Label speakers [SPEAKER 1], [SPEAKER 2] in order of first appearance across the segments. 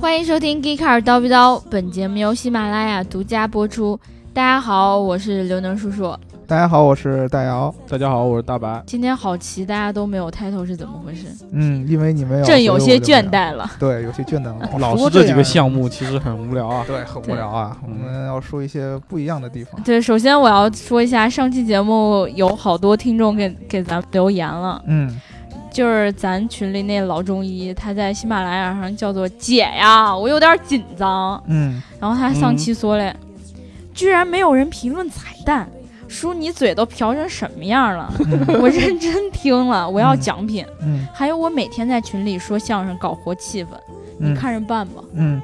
[SPEAKER 1] 欢迎收听《g e e k a r 叨逼叨》，本节目由喜马拉雅独家播出。大家好，我是刘能叔叔。
[SPEAKER 2] 大家好，我是大姚。
[SPEAKER 3] 大家好，我是大白。
[SPEAKER 1] 今天好奇，大家都没有 title 是怎么回事？
[SPEAKER 2] 嗯，因为你们有，
[SPEAKER 1] 朕有些倦怠了。
[SPEAKER 2] 对，有些倦怠 了。
[SPEAKER 3] 老
[SPEAKER 2] 说
[SPEAKER 3] 师这啊几
[SPEAKER 2] 样
[SPEAKER 3] 个项目其实很无聊 啊。
[SPEAKER 2] 对，很无聊啊。我
[SPEAKER 1] 嗯
[SPEAKER 3] 对
[SPEAKER 2] 们要说一些不一样的地方。
[SPEAKER 1] 对，首先我要说一下，上期节目有好多听众给给咱们留言了，
[SPEAKER 2] 嗯，
[SPEAKER 1] 就是咱群里那老中医，他在喜马拉雅上叫做姐呀，我有点紧张。
[SPEAKER 2] 嗯，
[SPEAKER 1] 然后他上期说嘞，居然没有人评论彩蛋，叔你嘴都瓢成什么样了？
[SPEAKER 2] 嗯，
[SPEAKER 1] 我认真听了，我要奖品。
[SPEAKER 2] 嗯，
[SPEAKER 1] 还有我每天在群里说相声搞活气氛，你
[SPEAKER 2] 嗯，
[SPEAKER 1] 看着办吧。
[SPEAKER 2] 嗯，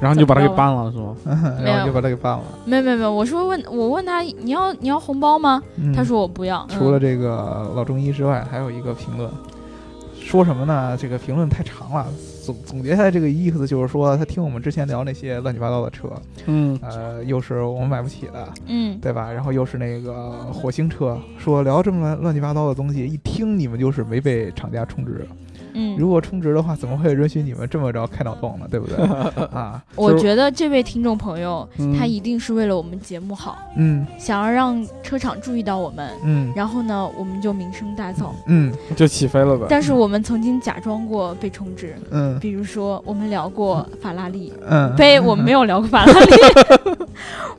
[SPEAKER 3] 然后你就把它给搬了是吗？
[SPEAKER 2] 嗯，
[SPEAKER 1] 没
[SPEAKER 2] 然
[SPEAKER 1] 有
[SPEAKER 2] 后就把它给办了。
[SPEAKER 1] 没有没有没有，我说问我问他你要你要红包吗？
[SPEAKER 2] 嗯
[SPEAKER 1] 他，说我不要。
[SPEAKER 2] 除了
[SPEAKER 1] 嗯
[SPEAKER 2] 这个老中医之外，还有一个评论，说什么呢？这个评论太长了，总总结下来这个意思就是说，他听我们之前聊那些乱七八糟的车，
[SPEAKER 3] 嗯，
[SPEAKER 2] 呃，又是我们买不起的，
[SPEAKER 1] 嗯，
[SPEAKER 2] 对吧？然后又是那个火星车，说聊这么乱乱七八糟的东西，一听你们就是没被厂家充值。
[SPEAKER 1] 嗯，
[SPEAKER 2] 如果充值的话，怎么会允许你们这么着开脑洞呢？对不 对？啊，
[SPEAKER 1] 我
[SPEAKER 3] 就是
[SPEAKER 1] 觉得这位听众朋友，
[SPEAKER 3] 嗯
[SPEAKER 1] 他一定是为了我们节目好，
[SPEAKER 2] 嗯
[SPEAKER 1] 想要让车厂注意到我们，
[SPEAKER 2] 嗯
[SPEAKER 1] 然后呢，我们就名声大噪。
[SPEAKER 2] 嗯
[SPEAKER 3] 就起飞了呗。
[SPEAKER 1] 但是我们曾经假装过被充值，
[SPEAKER 2] 嗯
[SPEAKER 1] 比如说我们聊过法拉利，
[SPEAKER 2] 嗯，
[SPEAKER 1] 呸，我们没有聊过法拉 利，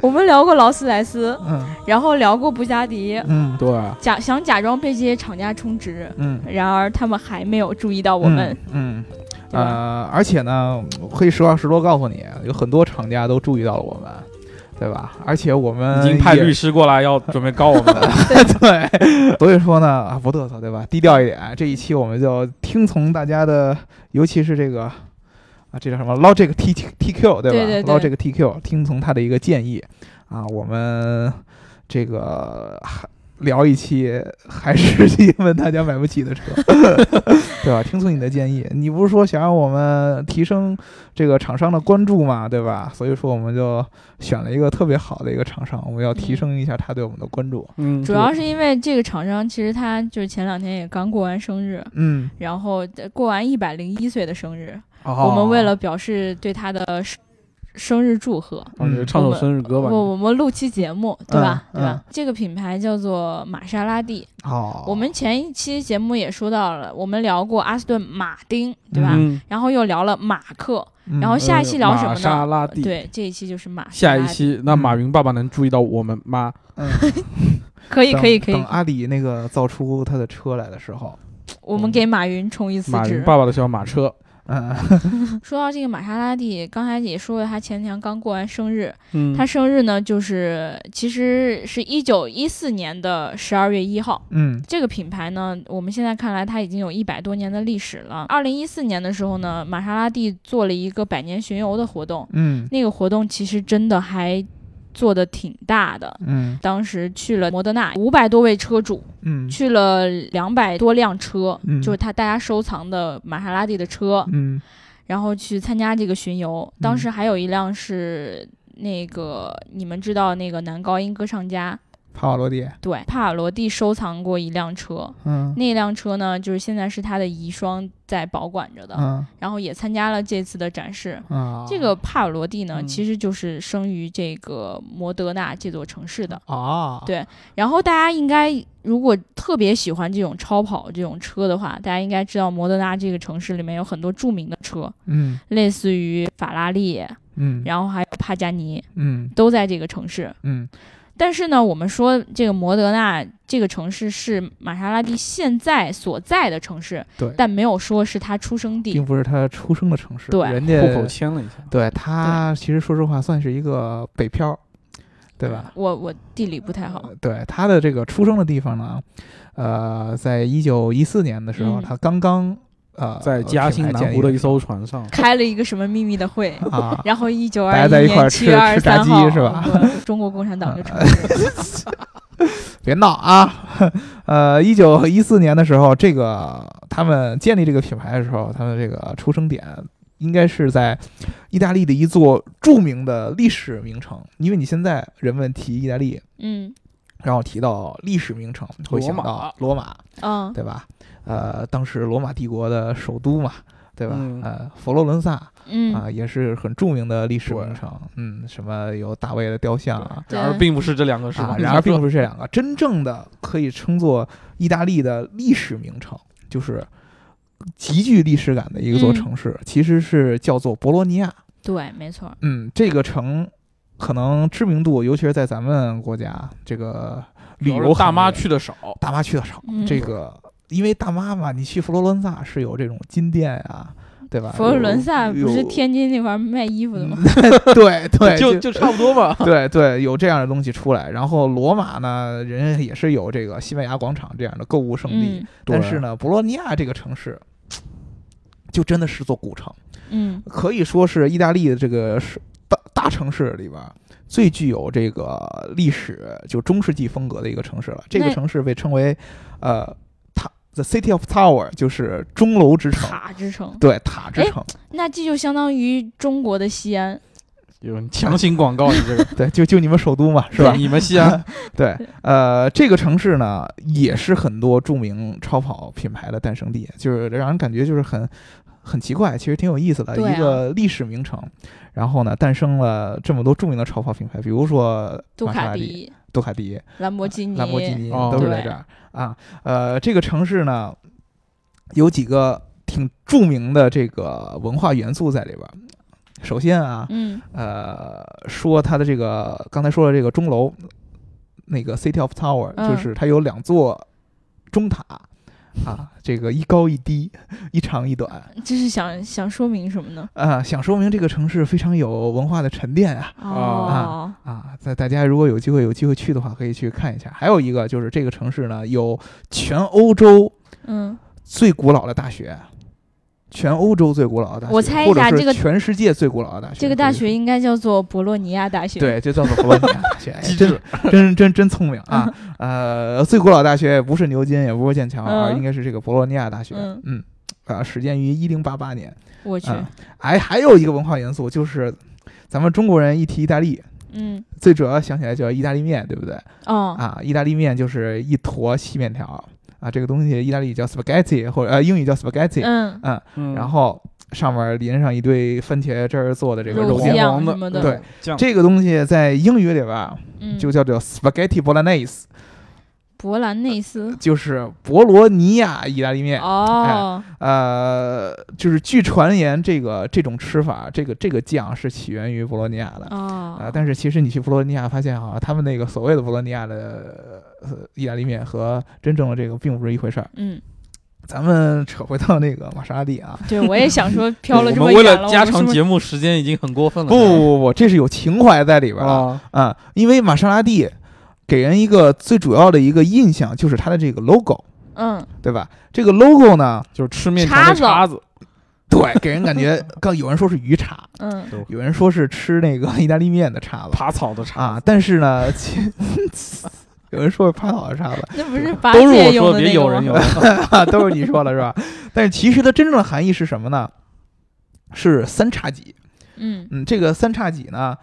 [SPEAKER 1] 我们聊过劳斯莱斯，
[SPEAKER 2] 嗯
[SPEAKER 1] 然后聊过布加迪，
[SPEAKER 2] 嗯
[SPEAKER 3] 对，啊
[SPEAKER 1] 假想假装被这些厂家充值，
[SPEAKER 2] 嗯，
[SPEAKER 1] 然而他们还没有注意到我们，
[SPEAKER 2] 嗯。
[SPEAKER 1] 对吧
[SPEAKER 2] 呃，而且呢，我可以实话实说告诉你，有很多厂家都注意到了我们，对吧？而且我们
[SPEAKER 3] 已经派
[SPEAKER 2] 也
[SPEAKER 3] 律师过来要准备告我们 了。
[SPEAKER 2] 对，所以说呢，啊，不嘚瑟，对吧？低调一点。这一期我们就听从大家的，尤其是这个啊，这叫什么？捞这个 T T Q，对吧？
[SPEAKER 1] 对对对
[SPEAKER 2] 捞这个 T Q，听从他的一个建议啊，我们这个还聊一期还是因为大家买不起的车， 对吧？听从你的建议，你不是说想让我们提升这个厂商的关注嘛，对吧？所以说我们就选了一个特别好的一个厂商，我们要提升一下他对我们的关注。
[SPEAKER 3] 嗯，
[SPEAKER 1] 主要是因为这个厂商其实他就是前两天也刚过完生日。
[SPEAKER 2] 嗯，
[SPEAKER 1] 然后呃过完一百零一岁的生日，
[SPEAKER 2] 哦
[SPEAKER 1] 我们为了表示对他的生生日祝贺，
[SPEAKER 3] 啊你就唱首生日歌吧。
[SPEAKER 1] 嗯我我们录期节目，对吧？
[SPEAKER 2] 嗯
[SPEAKER 1] 对吧？这个品牌叫做玛莎拉蒂，
[SPEAKER 2] 哦，
[SPEAKER 1] 我们前一期节目也说到了，我们聊过阿斯顿马丁，对吧？
[SPEAKER 3] 嗯，
[SPEAKER 1] 然后又聊了马克，
[SPEAKER 2] 嗯
[SPEAKER 1] 然后下一期聊什么呢
[SPEAKER 3] 玛莎拉蒂。，
[SPEAKER 1] 对，这一期就是马莎
[SPEAKER 3] 下
[SPEAKER 1] 拉
[SPEAKER 3] 一
[SPEAKER 1] 蒂
[SPEAKER 3] 期那马云爸爸能注意到我们吗？
[SPEAKER 2] 嗯
[SPEAKER 1] 可以可以可
[SPEAKER 2] 等
[SPEAKER 1] 以
[SPEAKER 2] 等，阿里那个造出他的车来的时候，
[SPEAKER 1] 我们给马云充一次
[SPEAKER 3] 马云
[SPEAKER 1] 值。
[SPEAKER 3] 爸爸的小马车。
[SPEAKER 2] 嗯
[SPEAKER 1] 说到这个玛莎拉蒂，刚才也说了，他前天刚过完生日，
[SPEAKER 3] 嗯
[SPEAKER 1] 他生日呢就是其实是一九一四年的十二月一号。
[SPEAKER 2] 嗯
[SPEAKER 1] 这个品牌呢，我们现在看来它已经有一百多年的历史了。二零一四年的时候呢，玛莎拉蒂做了一个百年巡游的活动，
[SPEAKER 2] 嗯
[SPEAKER 1] 那个活动其实真的还做的挺大的。
[SPEAKER 2] 嗯
[SPEAKER 1] 当时去了摩德纳，五百多位车主，
[SPEAKER 2] 嗯
[SPEAKER 1] 去了两百多辆车，
[SPEAKER 2] 嗯
[SPEAKER 1] 就是他大家收藏的玛莎拉蒂的车，
[SPEAKER 2] 嗯
[SPEAKER 1] 然后去参加这个巡游。当时还有一辆是那个你们知道那个男高音歌唱家，
[SPEAKER 2] 帕瓦罗蒂，
[SPEAKER 1] 对，帕瓦罗蒂收藏过一辆车，
[SPEAKER 2] 嗯
[SPEAKER 1] 那辆车呢就是现在是他的遗孀在保管着的，
[SPEAKER 2] 嗯
[SPEAKER 1] 然后也参加了这次的展示。
[SPEAKER 2] 啊，
[SPEAKER 1] 这个帕瓦罗蒂呢，
[SPEAKER 3] 嗯
[SPEAKER 1] 其实就是生于这个摩德纳这座城市的。
[SPEAKER 2] 啊，
[SPEAKER 1] 对然后大家应该如果特别喜欢这种超跑这种车的话，大家应该知道摩德纳这个城市里面有很多著名的车，
[SPEAKER 2] 嗯
[SPEAKER 1] 类似于法拉利，
[SPEAKER 2] 嗯
[SPEAKER 1] 然后还有帕加尼，
[SPEAKER 2] 嗯
[SPEAKER 1] 都在这个城市。
[SPEAKER 2] 嗯
[SPEAKER 1] 但是呢，我们说这个摩德纳这个城市是玛莎拉蒂现在所在的城市，
[SPEAKER 2] 对
[SPEAKER 1] 但没有说是他出生地
[SPEAKER 2] 并。不是他出生的城市，
[SPEAKER 1] 对
[SPEAKER 2] 人家
[SPEAKER 3] 户口迁了一下。
[SPEAKER 2] 对他其实说实话算是一个北漂，对吧？
[SPEAKER 1] 我我地理不太好，
[SPEAKER 2] 对他的这个出生的地方呢，呃，在一九一四年的时候，
[SPEAKER 1] 嗯
[SPEAKER 2] 他刚刚呃
[SPEAKER 3] 在嘉兴南湖的一艘船上，
[SPEAKER 1] 开了一个什么秘密的 会。
[SPEAKER 2] 啊，
[SPEAKER 1] 然后一九
[SPEAKER 2] 大
[SPEAKER 1] 二
[SPEAKER 2] 家在一块
[SPEAKER 1] 年
[SPEAKER 2] 儿
[SPEAKER 1] 七
[SPEAKER 2] 吃
[SPEAKER 1] 月二十
[SPEAKER 2] 吃炸
[SPEAKER 1] 三
[SPEAKER 2] 鸡
[SPEAKER 1] 号，
[SPEAKER 2] 是吧
[SPEAKER 1] 对？中国共产党就成立 了。
[SPEAKER 2] 别闹啊！ 呃，一九一四年的时候，这个他们建立这个品牌的时候，他们这个出生点应该是在意大利的一座著名的历史名城，因为你现在人们提意大利，
[SPEAKER 1] 嗯
[SPEAKER 2] 然后提到历史名城，会想到罗马，
[SPEAKER 1] 嗯，
[SPEAKER 2] 对吧？呃，当时罗马帝国的首都嘛，对吧？
[SPEAKER 3] 嗯
[SPEAKER 2] 呃，佛罗伦萨啊、
[SPEAKER 1] 嗯，
[SPEAKER 2] 也是很著名的历史
[SPEAKER 3] 对
[SPEAKER 2] 名城。嗯，什么有大卫的雕像啊，
[SPEAKER 1] 对
[SPEAKER 3] 然而并不是这两个是吧
[SPEAKER 2] 啊，？然而并不是这两个真正的可以称作意大利的历史名城，就是极具历史感的一个
[SPEAKER 1] 嗯
[SPEAKER 2] 座城市，其实是叫做博罗尼亚。
[SPEAKER 1] 对，没错，
[SPEAKER 2] 嗯，这个城可能知名度，尤其是在咱们国家这个旅
[SPEAKER 3] 主要
[SPEAKER 2] 游
[SPEAKER 3] 是大妈
[SPEAKER 2] 行业
[SPEAKER 3] 去的少，
[SPEAKER 2] 大妈去的少，
[SPEAKER 1] 嗯
[SPEAKER 2] 这个因为大妈嘛，你去佛罗伦萨是有这种金店啊，对吧？
[SPEAKER 1] 佛罗伦萨
[SPEAKER 2] 有
[SPEAKER 1] 不是
[SPEAKER 2] 有嗯
[SPEAKER 1] 天津那块儿卖衣服的吗？
[SPEAKER 2] 对对，
[SPEAKER 3] 就就差不多吧。
[SPEAKER 2] 对对，有这样的东西出来。然后罗马呢，人家也是有这个西班牙广场这样的购物圣地，
[SPEAKER 1] 嗯
[SPEAKER 2] 但是呢，博洛尼亚这个城市。就真的是座古城，
[SPEAKER 1] 嗯，
[SPEAKER 2] 可以说是意大利的这个是大大城市里边儿最具有这个历史，就中世纪风格的一个城市了。这个
[SPEAKER 1] 那
[SPEAKER 2] 城市被称为，呃，塔 The City of Tower，就是钟楼之城，
[SPEAKER 1] 塔之城，
[SPEAKER 2] 对塔之
[SPEAKER 1] 哎
[SPEAKER 2] 城，
[SPEAKER 1] 那这就相当于中国的西安。
[SPEAKER 3] 有人强行广告你这个
[SPEAKER 2] 对，就就你们首都嘛，是吧？
[SPEAKER 3] 你们西 安
[SPEAKER 2] 对，呃，这个城市呢，也是很多著名超跑品牌的诞生地，就是让人感觉就是很很奇怪，其实挺有意思的、
[SPEAKER 1] 对啊
[SPEAKER 2] 一个历史名城。然后呢，诞生了这么多著名的超跑品牌，比如说
[SPEAKER 1] 杜
[SPEAKER 2] 玛莎
[SPEAKER 1] 卡
[SPEAKER 2] 拉蒂、
[SPEAKER 1] 迪、
[SPEAKER 2] 杜卡迪、
[SPEAKER 1] 兰博基尼、
[SPEAKER 2] 兰博基尼
[SPEAKER 3] 哦
[SPEAKER 2] 都是在
[SPEAKER 1] 对
[SPEAKER 2] 这儿啊。呃，这个城市呢，有几个挺著名的这个文化元素在里边儿。首先啊，
[SPEAKER 1] 嗯
[SPEAKER 2] 呃，说它的这个刚才说的这个钟楼，那个 City of Tower，、
[SPEAKER 1] 嗯
[SPEAKER 2] 就是它有两座钟塔啊，这个一高一低， 一长一短啊、
[SPEAKER 1] 这是想想说明什么呢？
[SPEAKER 2] 想说明这个城市非常有文化的沉淀啊
[SPEAKER 1] 哦，
[SPEAKER 2] 啊！在大家如果有机会有机会去的话，可以去看一下。还有一个就是这个城市呢，有全欧洲
[SPEAKER 1] 嗯，
[SPEAKER 2] 最古老的大学。全欧洲最古老的大学，
[SPEAKER 1] 我猜一下
[SPEAKER 2] 或者是
[SPEAKER 1] 这个
[SPEAKER 2] 全世界最古老的大学，
[SPEAKER 1] 这个大
[SPEAKER 2] 可以
[SPEAKER 1] 学应该叫做博洛尼亚大学。，
[SPEAKER 2] 对，就叫做博洛尼亚大 学，哎
[SPEAKER 3] 机
[SPEAKER 2] 真
[SPEAKER 3] 智
[SPEAKER 2] 真真真聪明啊！呃，最古老大学不是牛津，也不是剑桥，
[SPEAKER 1] 嗯
[SPEAKER 2] 而应该是这个博洛尼亚大学。
[SPEAKER 1] 嗯
[SPEAKER 2] 嗯，啊，始建于一零八八年。
[SPEAKER 1] 我去，
[SPEAKER 2] 啊，哎，还有一个文化元素就是，咱们中国人一提意大利，
[SPEAKER 1] 嗯，
[SPEAKER 2] 最主要想起来就是意大利面，对不对？
[SPEAKER 1] 哦，
[SPEAKER 2] 啊，意大利面就是一坨细面条啊，这个东西意大利叫 spaghetti，或者呃英语叫 spaghetti，、
[SPEAKER 1] 嗯，
[SPEAKER 2] 然后上面淋上一堆番茄汁儿做的这个
[SPEAKER 1] 肉
[SPEAKER 2] 肉
[SPEAKER 1] 酱
[SPEAKER 2] 酱。
[SPEAKER 1] 黄的
[SPEAKER 3] 什么的，
[SPEAKER 2] 对
[SPEAKER 3] 酱
[SPEAKER 2] 这个东西在英语里边儿啊
[SPEAKER 1] 嗯
[SPEAKER 2] 就叫做 spaghetti bolognese，
[SPEAKER 1] 博兰内斯。
[SPEAKER 2] 就是博罗尼亚意大利面。
[SPEAKER 1] 哦，
[SPEAKER 2] 呃，就是据传言，这个这种吃法，这个这个酱是起源于博罗尼亚的。啊、
[SPEAKER 1] 哦，
[SPEAKER 2] 但是其实你去博罗尼亚，发现好像他们那个所谓的博罗尼亚的、呃、意大利面和真正的这个并不是一回事儿。
[SPEAKER 1] 嗯，
[SPEAKER 2] 咱们扯回到那个玛莎拉蒂啊，
[SPEAKER 1] 对，我也想说， 飘了这么
[SPEAKER 3] 我们为
[SPEAKER 1] 远
[SPEAKER 3] 了
[SPEAKER 1] 我
[SPEAKER 3] 加
[SPEAKER 1] 们
[SPEAKER 3] 长
[SPEAKER 1] 是不是
[SPEAKER 3] 节目时间已经很过分了。
[SPEAKER 1] 嗯
[SPEAKER 2] 不不不不，这是有情怀在里边儿
[SPEAKER 1] 哦
[SPEAKER 2] 的
[SPEAKER 3] 啊，
[SPEAKER 2] 啊、因为玛莎拉蒂给人一个最主要的一个印象就是它的这个 logo，
[SPEAKER 1] 嗯，
[SPEAKER 2] 对吧？这个 logo 呢，
[SPEAKER 3] 就是吃面条的
[SPEAKER 1] 叉
[SPEAKER 3] 叉子，
[SPEAKER 2] 对，给人感觉刚有人说是鱼叉，
[SPEAKER 1] 嗯，
[SPEAKER 2] 有人说是吃那个意大利面的叉子
[SPEAKER 3] 爬草的叉。
[SPEAKER 2] 啊，但是呢，其有人说是趴倒的叉子
[SPEAKER 1] 那不是八
[SPEAKER 3] 啊都是我
[SPEAKER 1] 戒
[SPEAKER 3] 说
[SPEAKER 1] 用
[SPEAKER 3] 的，
[SPEAKER 1] 的
[SPEAKER 3] 别
[SPEAKER 1] 那
[SPEAKER 3] 有
[SPEAKER 1] 个
[SPEAKER 3] 人
[SPEAKER 1] 吗？
[SPEAKER 3] 有人。
[SPEAKER 2] 啊，都是你说的是吧？ 但是其实它真正的含义是什么呢？是三叉戟。
[SPEAKER 1] 嗯
[SPEAKER 2] 嗯，这个三叉戟呢，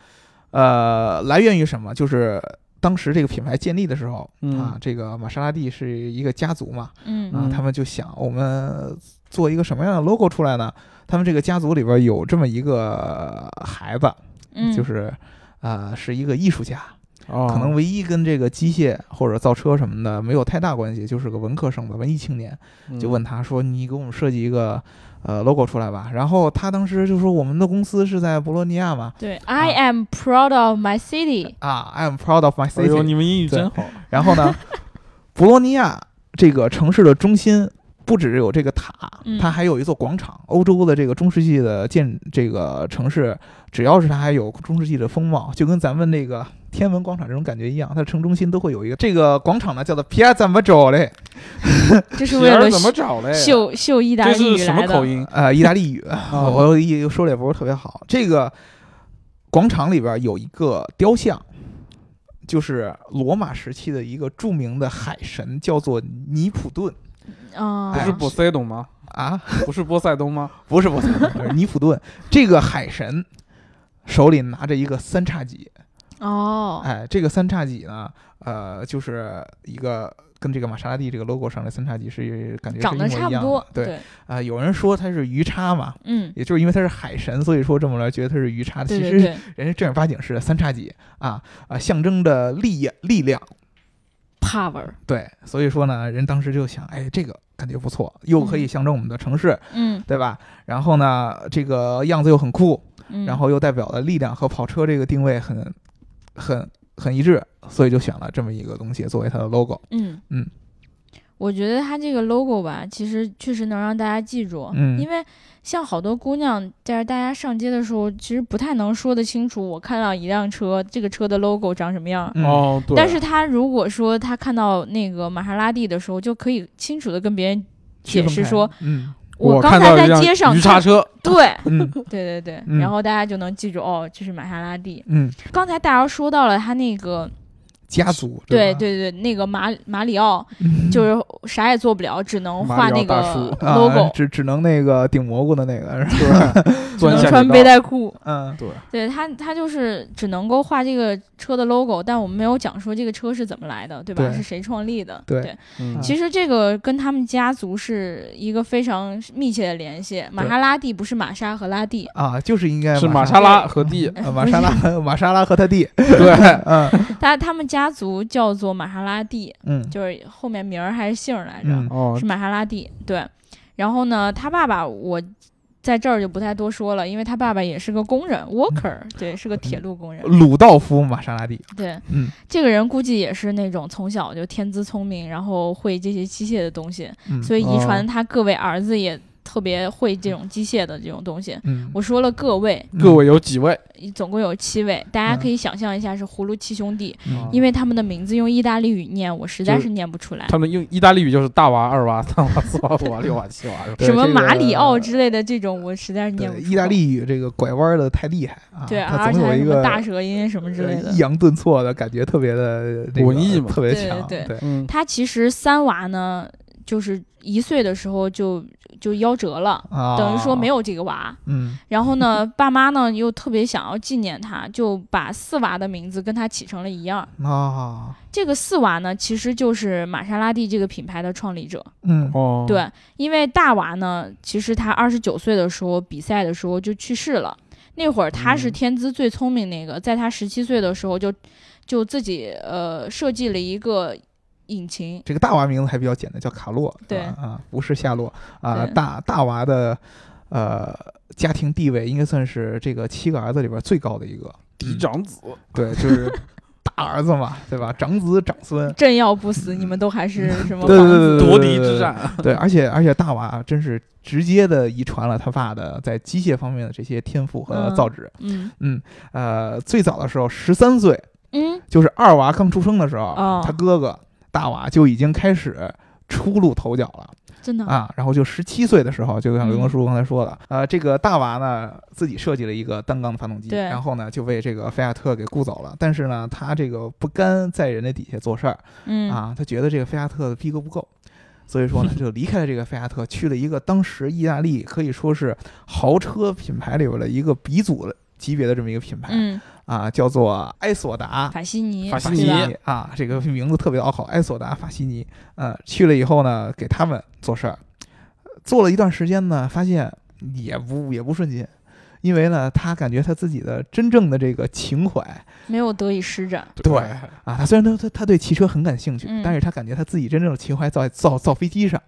[SPEAKER 2] 呃，来源于什么？就是当时这个品牌建立的时候、啊
[SPEAKER 3] 嗯，
[SPEAKER 2] 这个玛莎拉蒂是一个家族嘛，
[SPEAKER 1] 嗯
[SPEAKER 2] 啊，他们就想我们做一个什么样的 logo 出来呢？他们这个家族里边有这么一个孩子，
[SPEAKER 1] 嗯，
[SPEAKER 2] 就是啊、呃是一个艺术家，
[SPEAKER 3] 可
[SPEAKER 2] 可能唯一跟这个机械或者造车什么的没有太大关系，就是个文科生吧，文艺青年，
[SPEAKER 3] 嗯
[SPEAKER 2] 就问他说：“你给我们设计一个呃 logo 出来吧。”然后他当时就说：“我们的公司是在博洛尼亚嘛，
[SPEAKER 1] 对，I am proud of my city。
[SPEAKER 2] 啊，I'm proud of my
[SPEAKER 3] 哎呦，
[SPEAKER 2] city。
[SPEAKER 3] 你们英语真好。
[SPEAKER 2] 然后呢， 博洛尼亚这个城市的中心。不只有这个塔
[SPEAKER 1] 嗯，
[SPEAKER 2] 它还有一座广场。欧洲的这个中世纪的建这个城市，只要是它还有中世纪的风貌，就跟咱们那个天安门广场这种感觉一样，它城中心都会有一个这个广场呢，叫做 Piazza Maggiore，
[SPEAKER 1] 这是
[SPEAKER 3] 皮
[SPEAKER 1] 为了
[SPEAKER 3] 儿怎么找嘞？
[SPEAKER 1] 秀秀意大 利
[SPEAKER 3] 这是
[SPEAKER 1] 语
[SPEAKER 3] 什么
[SPEAKER 1] 来
[SPEAKER 3] 口
[SPEAKER 1] 的。
[SPEAKER 3] 音？
[SPEAKER 2] 呃，意大利语，
[SPEAKER 3] 哦
[SPEAKER 2] 我一说的也不是特别好。这个广场里边有一个雕像，就是罗马时期的一个著名的海神，叫做尼普顿
[SPEAKER 1] 啊
[SPEAKER 3] 不是波塞冬吗？
[SPEAKER 2] 啊，
[SPEAKER 3] 不是波塞冬吗？
[SPEAKER 2] 不是波塞冬，是尼普顿。这个海神手里拿着一个三叉戟，
[SPEAKER 1] 哦，
[SPEAKER 2] 哎，这个三叉戟呢，呃，就是一个跟这个玛莎拉蒂这个 logo 上的三叉戟是感哎觉是
[SPEAKER 1] 长得
[SPEAKER 2] 一模
[SPEAKER 1] 差
[SPEAKER 2] 一
[SPEAKER 1] 不
[SPEAKER 2] 样的
[SPEAKER 1] 多，
[SPEAKER 2] 对，啊、有人说它是鱼叉嘛，
[SPEAKER 1] 嗯，
[SPEAKER 2] 也就是因为它是海神，所以说这么来觉得它是鱼叉。
[SPEAKER 1] 对
[SPEAKER 2] 其
[SPEAKER 1] 对
[SPEAKER 2] 实
[SPEAKER 1] 对，
[SPEAKER 2] 人家正儿八经是三叉戟啊啊，象征着力力量。
[SPEAKER 1] power，
[SPEAKER 2] 对，所以说呢，人当时就想，哎，这个感觉不错，又可以象征我们的城市，
[SPEAKER 1] 嗯
[SPEAKER 2] 对吧？然后呢，这个样子又很酷，
[SPEAKER 1] 嗯，
[SPEAKER 2] 然后又代表了力量和跑车这个定位很很很一致，所以就选了这么一个东西作为它的 logo。
[SPEAKER 1] 嗯
[SPEAKER 2] 嗯，
[SPEAKER 1] 我觉得它这个 logo 吧，其实确实能让大家记住，
[SPEAKER 2] 嗯
[SPEAKER 1] 因为像好多姑娘在大家上街的时候，其实不太能说得清楚，我看到一辆车，这个车的 logo 长什么样。
[SPEAKER 2] 嗯，
[SPEAKER 3] 哦，对，
[SPEAKER 1] 但是她如果说她看到那个玛莎拉蒂的时候，就可以清楚的跟别人解
[SPEAKER 2] 区分
[SPEAKER 1] 释
[SPEAKER 2] 开
[SPEAKER 1] 说，，
[SPEAKER 2] 嗯
[SPEAKER 3] 我
[SPEAKER 1] 刚
[SPEAKER 3] 看到
[SPEAKER 1] 才
[SPEAKER 3] 一
[SPEAKER 1] 在
[SPEAKER 3] 辆
[SPEAKER 1] 街上
[SPEAKER 3] 鱼叉
[SPEAKER 1] 看，
[SPEAKER 3] 车，
[SPEAKER 1] 对
[SPEAKER 2] 嗯
[SPEAKER 1] 对对对，
[SPEAKER 2] 嗯
[SPEAKER 1] 然后大家就能记住哦，这是玛莎拉蒂。
[SPEAKER 2] 嗯，
[SPEAKER 1] 刚才大姚说到了他那个，
[SPEAKER 2] 家族
[SPEAKER 1] 对
[SPEAKER 2] 吧，
[SPEAKER 1] 对对，那个马马里奥
[SPEAKER 2] 嗯
[SPEAKER 1] 就是啥也做不了，只能画
[SPEAKER 3] 马里
[SPEAKER 1] 那
[SPEAKER 3] 奥大
[SPEAKER 1] 个
[SPEAKER 3] 叔
[SPEAKER 2] 啊
[SPEAKER 1] logo，
[SPEAKER 2] 只只能那个顶蘑菇的那个，是吧
[SPEAKER 3] 对，
[SPEAKER 1] 只
[SPEAKER 3] 钻
[SPEAKER 1] 能
[SPEAKER 3] 下
[SPEAKER 1] 穿
[SPEAKER 3] 水
[SPEAKER 1] 背
[SPEAKER 3] 道，
[SPEAKER 1] 带裤。
[SPEAKER 2] 嗯
[SPEAKER 3] 对，
[SPEAKER 1] 对他，他就是只能够画这个车的 logo，但我们没有讲说这个车是怎么来的，对吧？
[SPEAKER 2] 对
[SPEAKER 1] 是谁创立的？
[SPEAKER 2] 对
[SPEAKER 3] 嗯，
[SPEAKER 1] 其实这个跟他们家族是一个非常密切的联系。玛莎拉蒂不是玛莎和拉蒂，
[SPEAKER 2] 啊，就是应该
[SPEAKER 3] 是玛
[SPEAKER 2] 玛
[SPEAKER 3] 莎拉和弟，
[SPEAKER 2] 呃玛 莎拉玛莎拉和他弟，
[SPEAKER 3] 对，
[SPEAKER 2] 嗯
[SPEAKER 1] 他他们家族叫做玛莎拉蒂，
[SPEAKER 2] 嗯
[SPEAKER 1] 就是后面名儿还是姓儿来着，
[SPEAKER 2] 嗯
[SPEAKER 3] 哦
[SPEAKER 1] 是，玛莎拉蒂。对，然后呢，他爸爸我在这儿就不太多说了，因为他爸爸也是个工人，worker，对，是个铁路工人。
[SPEAKER 2] 鲁道夫·玛莎拉蒂，
[SPEAKER 1] 对，
[SPEAKER 2] 嗯
[SPEAKER 1] 这个人估计也是那种从小就天资聪明，然后会这些机械的东西，
[SPEAKER 2] 嗯
[SPEAKER 1] 所以遗
[SPEAKER 3] 哦
[SPEAKER 1] 传他各位儿子也特别会这种机械的这种东西。
[SPEAKER 2] 嗯，
[SPEAKER 1] 我说了各位，
[SPEAKER 3] 各位有几位？
[SPEAKER 1] 总共有七位，大家
[SPEAKER 2] 嗯
[SPEAKER 1] 可以想象一下是葫芦七兄弟，
[SPEAKER 2] 嗯
[SPEAKER 1] 因为他们的名字用意大利语念，我实在
[SPEAKER 3] 就是
[SPEAKER 1] 是念不出来。
[SPEAKER 3] 他们用意大利语就是大娃、二娃、三娃、四娃、五娃、六娃、七娃，是吧？
[SPEAKER 2] 对
[SPEAKER 1] 什么
[SPEAKER 2] 这
[SPEAKER 1] 马
[SPEAKER 2] 个
[SPEAKER 1] 里奥之类的这种，我实在是念不
[SPEAKER 2] 对，
[SPEAKER 1] 出
[SPEAKER 2] 意大
[SPEAKER 1] 口。
[SPEAKER 2] 利语这个拐弯的太厉害啊，
[SPEAKER 1] 对，
[SPEAKER 2] 它
[SPEAKER 1] 而且
[SPEAKER 2] 总
[SPEAKER 1] 还
[SPEAKER 2] 有
[SPEAKER 1] 有
[SPEAKER 2] 一
[SPEAKER 1] 什
[SPEAKER 2] 个
[SPEAKER 1] 么
[SPEAKER 2] 呃
[SPEAKER 1] 大舌音什么之类的
[SPEAKER 2] 抑。扬顿挫的感觉，特别的这个
[SPEAKER 3] 文艺嘛
[SPEAKER 2] 特别
[SPEAKER 1] 对
[SPEAKER 2] 强，
[SPEAKER 1] 对
[SPEAKER 3] 嗯，
[SPEAKER 1] 他其实三娃呢，就是一岁的时候就就夭折了，
[SPEAKER 2] 啊，
[SPEAKER 1] 等于说没，有这个娃。
[SPEAKER 2] 嗯
[SPEAKER 1] 然后呢，爸妈呢又特别想要纪念他，就把四娃的名字跟他起成了一样。
[SPEAKER 2] 啊，
[SPEAKER 1] 这个四娃呢，其实就是玛莎拉蒂这个品牌的创立者。
[SPEAKER 2] 嗯
[SPEAKER 3] 哦，，
[SPEAKER 1] 对，因为大娃呢，其实他二十九岁的时候比赛的时候就去世了。那会儿他是
[SPEAKER 3] 嗯
[SPEAKER 1] 天资最聪明那个，在他十七岁的时候就就自己呃设计了一个引擎，
[SPEAKER 2] 这个大娃名字还比较简单，叫卡洛，
[SPEAKER 1] 对
[SPEAKER 2] 吧啊，不是夏洛啊，
[SPEAKER 1] 对
[SPEAKER 2] 大大娃的呃家庭地位应该算是这个七个儿子里边最高的一个，
[SPEAKER 3] 嫡长子，
[SPEAKER 2] 对，就是大儿子嘛，对吧？长子长孙，
[SPEAKER 1] 朕要不死，你们都还是什么
[SPEAKER 2] 对
[SPEAKER 1] 王
[SPEAKER 2] 对对
[SPEAKER 1] 子？
[SPEAKER 2] 对
[SPEAKER 3] 夺嫡之战，
[SPEAKER 2] 对，而且而且大娃真是直接的遗传了他爸的在机械方面的这些天赋和
[SPEAKER 1] 嗯
[SPEAKER 2] 造诣。
[SPEAKER 1] 嗯
[SPEAKER 2] 呃，最早的时候十三岁，
[SPEAKER 1] 嗯，
[SPEAKER 2] 就是二娃刚出生的时候，
[SPEAKER 1] 哦
[SPEAKER 2] 他哥哥大娃就已经开始。初露头角了
[SPEAKER 1] 真的，
[SPEAKER 2] 啊！然后就十七岁的时候，就像刘
[SPEAKER 1] 嗯
[SPEAKER 2] 根叔刚才说的，呃，这个大娃呢自己设计了一个单缸的发动机，
[SPEAKER 1] 对
[SPEAKER 2] 然后呢就被这个菲亚特给雇走了。但是呢，他这个不甘在人家底下做事儿，
[SPEAKER 1] 嗯
[SPEAKER 2] 啊，他觉得这个菲亚特的逼格不够，所以 说呢，就离开了这个菲亚特，去了一个当时意大利可以说是豪车品牌里边的一个鼻祖了级别的这么一个品牌、
[SPEAKER 1] 嗯，
[SPEAKER 2] 啊，叫做埃索达。
[SPEAKER 1] 法西尼，
[SPEAKER 3] 法西
[SPEAKER 2] 法
[SPEAKER 1] 对
[SPEAKER 2] 西
[SPEAKER 3] 尼
[SPEAKER 1] 吧
[SPEAKER 2] 尼啊，这个名字特别拗口，埃索达法西尼。呃，去了以后呢，给他们做事儿，做了一段时间呢，发现也不也不顺心，因为呢，他感觉他自己的真正的这个情怀
[SPEAKER 1] 没有得以施展，
[SPEAKER 2] 对啊，他虽然他他他对汽车很感兴趣，
[SPEAKER 1] 嗯
[SPEAKER 2] 但是他感觉他自己真正的情怀造在造造飞机上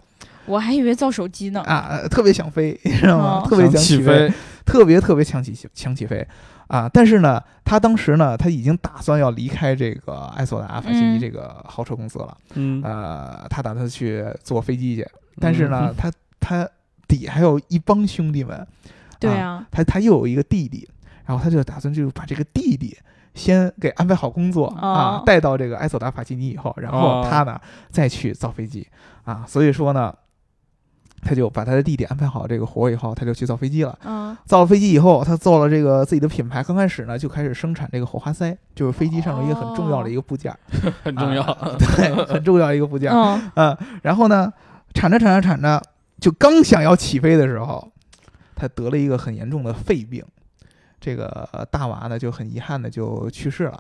[SPEAKER 1] 我还以为造手机呢。
[SPEAKER 2] 啊，呃特别想飞， 你知道吗？
[SPEAKER 1] 哦
[SPEAKER 2] 特别
[SPEAKER 3] 想
[SPEAKER 2] 起
[SPEAKER 3] 起飞，
[SPEAKER 2] 特别特别想起想起飞啊！但是呢，他当时呢，他已经打算要离开这个埃索达法西尼
[SPEAKER 1] 嗯
[SPEAKER 2] 这个豪车公司了，
[SPEAKER 3] 嗯，
[SPEAKER 2] 呃，他打算去坐飞机去，但是呢，他他底还有一帮兄弟们，
[SPEAKER 1] 对
[SPEAKER 2] 啊
[SPEAKER 1] 啊，
[SPEAKER 2] 他他又有一个弟弟，然后他就打算就把这个弟弟先给安排好工作、
[SPEAKER 1] 哦
[SPEAKER 2] 啊，带到这个埃索达法基尼以后，然后
[SPEAKER 3] 哦
[SPEAKER 2] 他呢、再去造飞机啊，所以说呢。他就把他的弟弟安排好这个活儿以后，他就去造飞机了。
[SPEAKER 1] 嗯，
[SPEAKER 2] 造了飞机以后，他做了这个自己的品牌。刚开始呢，就开始生产这个火花塞，就是飞机上面一个很重要的一个部件儿，
[SPEAKER 3] 嗯 很重要，
[SPEAKER 2] 啊对，很重要的一个部件儿。
[SPEAKER 1] 嗯，
[SPEAKER 2] 嗯，然后呢，铲着铲着铲着，就刚想要起飞的时候，他得了一个很严重的肺病，这个呃大娃呢就很遗憾的就去世了。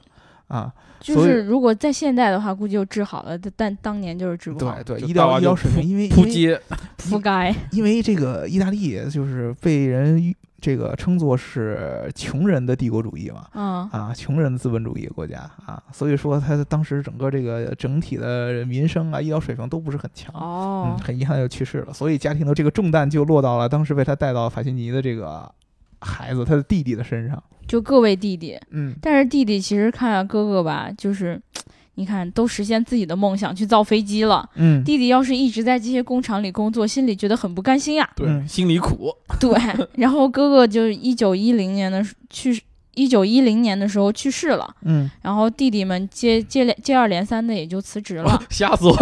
[SPEAKER 2] 啊，
[SPEAKER 1] 就
[SPEAKER 2] 所以
[SPEAKER 1] 是如果在现代的话，估计就治好了，但但当年就是治不好
[SPEAKER 2] 对。对，
[SPEAKER 3] 就
[SPEAKER 2] 医
[SPEAKER 3] 大
[SPEAKER 2] 疗
[SPEAKER 3] 娃
[SPEAKER 2] 医
[SPEAKER 3] 就
[SPEAKER 2] 疗水平，因为因
[SPEAKER 3] 扑
[SPEAKER 2] 为
[SPEAKER 3] 街，
[SPEAKER 1] 覆盖，
[SPEAKER 2] 因为这个意大利就是被人这个称作是穷人的帝国主义嘛，
[SPEAKER 1] 嗯
[SPEAKER 2] 啊，穷人资本主义国家啊，所以说他当时整个这个整体的民生啊、医疗水平都不是很强。嗯，
[SPEAKER 1] 哦，
[SPEAKER 2] 很遗憾就去世了，所以家庭的这个重担就落到了当时被他带到法西尼的这个孩子，他的弟弟的身上。
[SPEAKER 1] 就各位弟弟，
[SPEAKER 2] 嗯，
[SPEAKER 1] 但是弟弟其实看啊哥哥吧，就是。你看，都实现自己的梦想，去造飞机了。
[SPEAKER 2] 嗯，
[SPEAKER 1] 弟弟要是一直在这些工厂里工作，心里觉得很不甘心呀、啊
[SPEAKER 3] 对，
[SPEAKER 2] 嗯
[SPEAKER 3] 心里苦，
[SPEAKER 1] 对，然后哥哥就一九一零年的时去，一九一零年的时候去世了，
[SPEAKER 2] 嗯，
[SPEAKER 1] 然后弟弟们接接连接二连三的也就辞职 了，
[SPEAKER 3] 吓死我！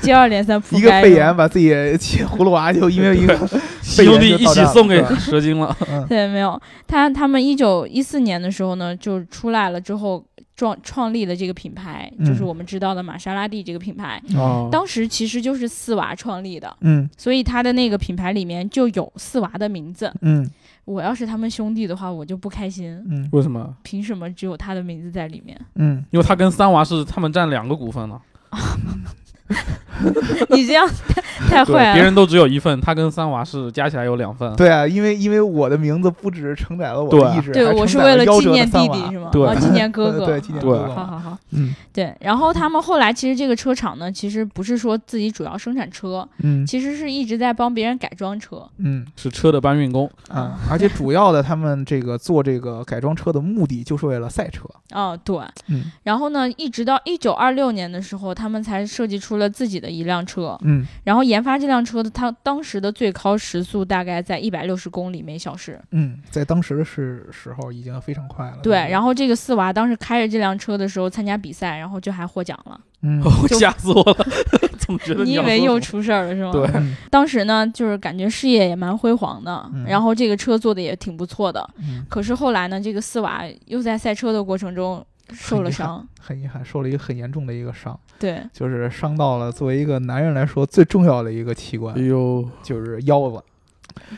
[SPEAKER 1] 接二连三
[SPEAKER 2] 哦 一
[SPEAKER 1] 覆
[SPEAKER 2] 个
[SPEAKER 1] 盖。
[SPEAKER 2] 肺炎把自己气葫芦娃就因为一个肺炎
[SPEAKER 3] 兄弟
[SPEAKER 2] 就
[SPEAKER 3] 一
[SPEAKER 2] 到
[SPEAKER 3] 起
[SPEAKER 2] 账
[SPEAKER 3] 送给
[SPEAKER 2] 了
[SPEAKER 3] 蛇精了，
[SPEAKER 2] 嗯
[SPEAKER 1] 对，没有他，他们一九一四年的时候呢，就出来了之后创创立了这个品牌，就是
[SPEAKER 2] 嗯
[SPEAKER 1] 我们知道的玛莎拉蒂这个品牌。
[SPEAKER 3] 哦
[SPEAKER 1] 当时其实就是四娃创立的，
[SPEAKER 2] 嗯
[SPEAKER 1] 所以他的那个品牌里面就有四娃的名字。
[SPEAKER 2] 嗯
[SPEAKER 1] 我要是他们兄弟的话，我就不开心，
[SPEAKER 2] 嗯
[SPEAKER 3] 为什么？
[SPEAKER 1] 凭什么只有他的名字在里 面？
[SPEAKER 2] 嗯，
[SPEAKER 3] 因为他跟三娃是他们占两个股份了，
[SPEAKER 1] 你这样 太太
[SPEAKER 3] 对，
[SPEAKER 1] 坏
[SPEAKER 3] 别
[SPEAKER 1] 了。
[SPEAKER 3] 人都只有一份，他跟三娃是加起来有两份。
[SPEAKER 2] 对啊，因为因为我的名字不只承载了我
[SPEAKER 3] 对
[SPEAKER 2] 的意志，
[SPEAKER 1] 对，
[SPEAKER 2] 还
[SPEAKER 1] 我是
[SPEAKER 2] 承
[SPEAKER 1] 为
[SPEAKER 2] 载
[SPEAKER 1] 了
[SPEAKER 2] 夭
[SPEAKER 1] 纪
[SPEAKER 2] 折的
[SPEAKER 1] 念
[SPEAKER 2] 三
[SPEAKER 1] 弟弟
[SPEAKER 2] 娃
[SPEAKER 1] 是吗？
[SPEAKER 3] 对
[SPEAKER 1] 啊，纪念 哥哥。
[SPEAKER 2] 对纪念
[SPEAKER 3] 对
[SPEAKER 2] 哥哥
[SPEAKER 1] 好
[SPEAKER 2] 嘛，
[SPEAKER 1] 好好，
[SPEAKER 2] 嗯
[SPEAKER 1] 对。然后他们后来其实这个车厂呢，其实不是说自己主要生产车，
[SPEAKER 2] 嗯
[SPEAKER 1] 其实是一直在帮别人改装车。
[SPEAKER 2] 嗯
[SPEAKER 3] 是车的搬运 工，
[SPEAKER 2] 啊，而且主要的他们这个做这个改装车的目的就是为了赛车，
[SPEAKER 1] 啊，对。
[SPEAKER 2] 嗯
[SPEAKER 1] 然后呢，一直到一九二六年的时候，他们才设计出了自己的一辆车。
[SPEAKER 2] 嗯
[SPEAKER 1] 然后研发这辆车的，它当时的最高时速大概在一百六十公里每小时。
[SPEAKER 2] 嗯，在当时的是时候已经非常快了，嗯
[SPEAKER 1] 对，然
[SPEAKER 2] 后
[SPEAKER 1] 后这个四娃当时开着这辆车的时候参加比赛，然后就还获奖了。
[SPEAKER 2] 嗯
[SPEAKER 1] 就
[SPEAKER 3] 吓死我了！怎么觉得
[SPEAKER 1] 你以
[SPEAKER 3] 要
[SPEAKER 1] 为
[SPEAKER 3] 说
[SPEAKER 1] 又
[SPEAKER 3] 什
[SPEAKER 1] 出事儿了是吗？
[SPEAKER 3] 对
[SPEAKER 2] 嗯
[SPEAKER 1] 当时呢，就是感觉事业也蛮辉煌的，
[SPEAKER 2] 嗯
[SPEAKER 1] 然后这个车做的也挺不错的。
[SPEAKER 2] 嗯
[SPEAKER 1] 可是后来呢，这个四娃又在赛车的过程中受了伤，
[SPEAKER 2] 很遗憾受了一个很严重的一个伤，
[SPEAKER 1] 对，
[SPEAKER 2] 就是伤到了作为一个男人来说最重要的一个器官
[SPEAKER 3] 么哎，呦，
[SPEAKER 2] 就是腰子。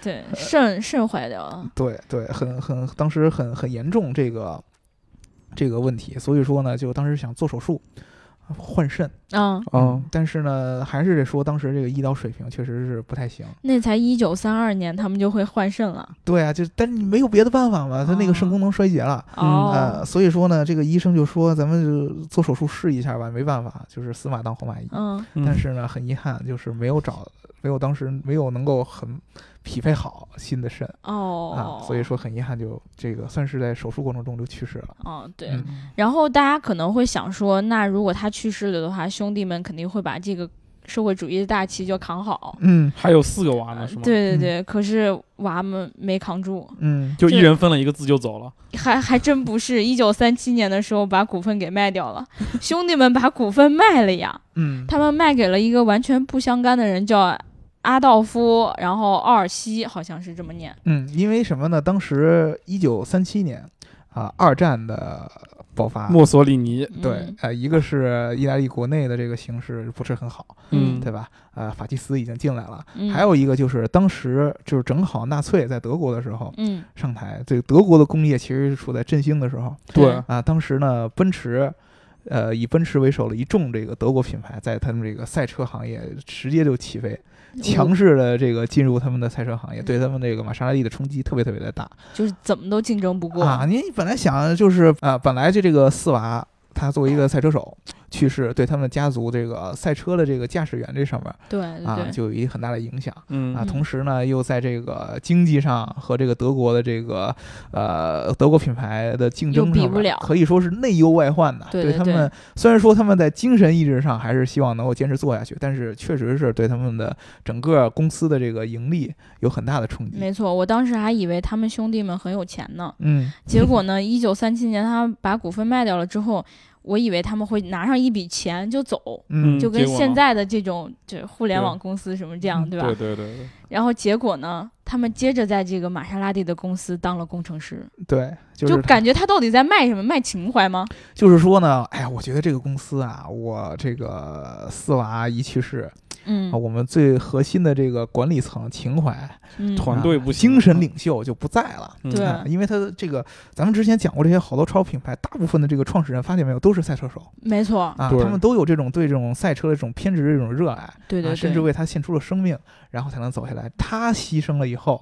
[SPEAKER 1] 对，肾肾坏掉了。
[SPEAKER 2] 对对，很很当时很很严重这个这个问题，所以说呢，就当时想做手术换肾。
[SPEAKER 1] 嗯，
[SPEAKER 3] 嗯，
[SPEAKER 2] 但是呢，还是得说当时这个医疗水平确实是不太行。
[SPEAKER 1] 那才一九三二年，他们就会换肾了。
[SPEAKER 2] 对啊，就但是你没有别的办法嘛，他那个肾
[SPEAKER 1] 哦
[SPEAKER 2] 功能衰竭了。
[SPEAKER 3] 嗯
[SPEAKER 2] 呃，
[SPEAKER 1] 哦，
[SPEAKER 2] 所以说呢，这个医生就说咱们就做手术试一下吧，没办法，就是死马当活马医。
[SPEAKER 1] 嗯，
[SPEAKER 2] 但
[SPEAKER 3] 但
[SPEAKER 2] 是呢，很遗憾，就是没有找，没有当时没有能够很匹配好新的肾啊
[SPEAKER 1] 哦，，
[SPEAKER 2] 所以，说很遗憾就，这个算是在手术过程中就去世了。
[SPEAKER 1] 哦，对。
[SPEAKER 2] 嗯
[SPEAKER 1] 然后大家可能会想说，那如果他去世了的话，兄弟们肯定会把这个社会主义的大旗就扛好。
[SPEAKER 2] 嗯
[SPEAKER 3] 还有四个娃呢，是吗？，
[SPEAKER 1] 对对
[SPEAKER 2] 嗯
[SPEAKER 1] 对，可是娃们没扛住，
[SPEAKER 2] 嗯
[SPEAKER 3] 就一
[SPEAKER 1] 就
[SPEAKER 3] 人分了一个字就走了。
[SPEAKER 1] 还还真不是。一九三七年的时候把股份给卖掉了，兄弟们把股份卖了呀，
[SPEAKER 2] 嗯
[SPEAKER 1] 他们卖给了一个完全不相干的人，叫阿道夫，然后奥尔西，好像是这么念。
[SPEAKER 2] 嗯，因为什么呢？当时一九三七年啊，二战的爆发，
[SPEAKER 3] 墨索里尼，
[SPEAKER 1] 嗯
[SPEAKER 2] 对，呃，一个是意大利国内的这个形势不是很好，
[SPEAKER 1] 嗯
[SPEAKER 2] 对吧？呃，法西斯已经进来了，
[SPEAKER 1] 嗯
[SPEAKER 2] 还有一个就是当时就是正好纳粹在德国的时候
[SPEAKER 1] 嗯，
[SPEAKER 2] 上台，这个德国的工业其实是处在振兴的时候
[SPEAKER 3] 对，
[SPEAKER 2] 啊。当时呢，奔驰，呃，以奔驰为首的一众这个德国品牌，在他们这个赛车行业直接就起飞，强势的这个进入他们的赛车行业，对他们这个玛莎拉蒂的冲击特别特别的大
[SPEAKER 1] 就是怎么都竞争不过。
[SPEAKER 2] 啊。你本来想就是啊、呃本来就这个四娃。他作为一个赛车手去世，对他们家族这个赛车的这个驾驶员这上面
[SPEAKER 1] 对对
[SPEAKER 2] 啊，
[SPEAKER 1] 嗯对，
[SPEAKER 2] 就有一很大的影响。
[SPEAKER 3] 嗯
[SPEAKER 2] 啊，
[SPEAKER 1] 嗯
[SPEAKER 2] 同时呢，又在这个经济上和这个德国的这个呃德国品牌的竞
[SPEAKER 1] 又
[SPEAKER 2] 争
[SPEAKER 1] 比
[SPEAKER 2] 上
[SPEAKER 1] 不
[SPEAKER 2] 面
[SPEAKER 1] 了
[SPEAKER 2] 可以说是内忧外患的。
[SPEAKER 1] 对对
[SPEAKER 2] 他
[SPEAKER 1] 对
[SPEAKER 2] 们虽然说他们在精神意志上还是希望能够坚持做下去，但是确实是对他们的整个公司的这个盈利有很大的冲击。
[SPEAKER 1] 没错，我当时还以为他们兄弟们很有钱呢，
[SPEAKER 2] 嗯
[SPEAKER 1] 结果呢，一九三七年他们把股份卖掉了之后，我以为他们会拿上一笔钱就走，
[SPEAKER 2] 嗯
[SPEAKER 1] 就跟
[SPEAKER 3] 结果呢
[SPEAKER 1] 现在的这种就是互联
[SPEAKER 3] 对
[SPEAKER 1] 网公司什么这样，对吧？
[SPEAKER 3] 对对对对，
[SPEAKER 1] 然后结果呢，他们接着在这个玛莎拉蒂的公司当了工程师，
[SPEAKER 2] 对，就是他
[SPEAKER 1] 感觉他到底在卖什么？卖情怀吗？
[SPEAKER 2] 就是说呢，哎呀，我觉得这个公司啊，我这个四娃一去世，
[SPEAKER 1] 嗯
[SPEAKER 2] 啊，我们最核心的这个管理层情怀、
[SPEAKER 1] 嗯，
[SPEAKER 3] 团队不
[SPEAKER 2] 啊
[SPEAKER 3] 行
[SPEAKER 2] 精神领袖就不在了。
[SPEAKER 3] 嗯
[SPEAKER 1] 对
[SPEAKER 2] 啊，因为他这个，咱们之前讲过，这些好多超品牌，大部分的这个创始人发现没有，都是赛车手
[SPEAKER 1] 没错，
[SPEAKER 2] 啊，
[SPEAKER 3] 对
[SPEAKER 2] 他们都有这种对这种赛车的这种偏执、这种热爱，
[SPEAKER 1] 对对
[SPEAKER 2] 啊，甚至
[SPEAKER 1] 对，
[SPEAKER 2] 为他献出了生命，然后才能走下来。他牺牲了以后，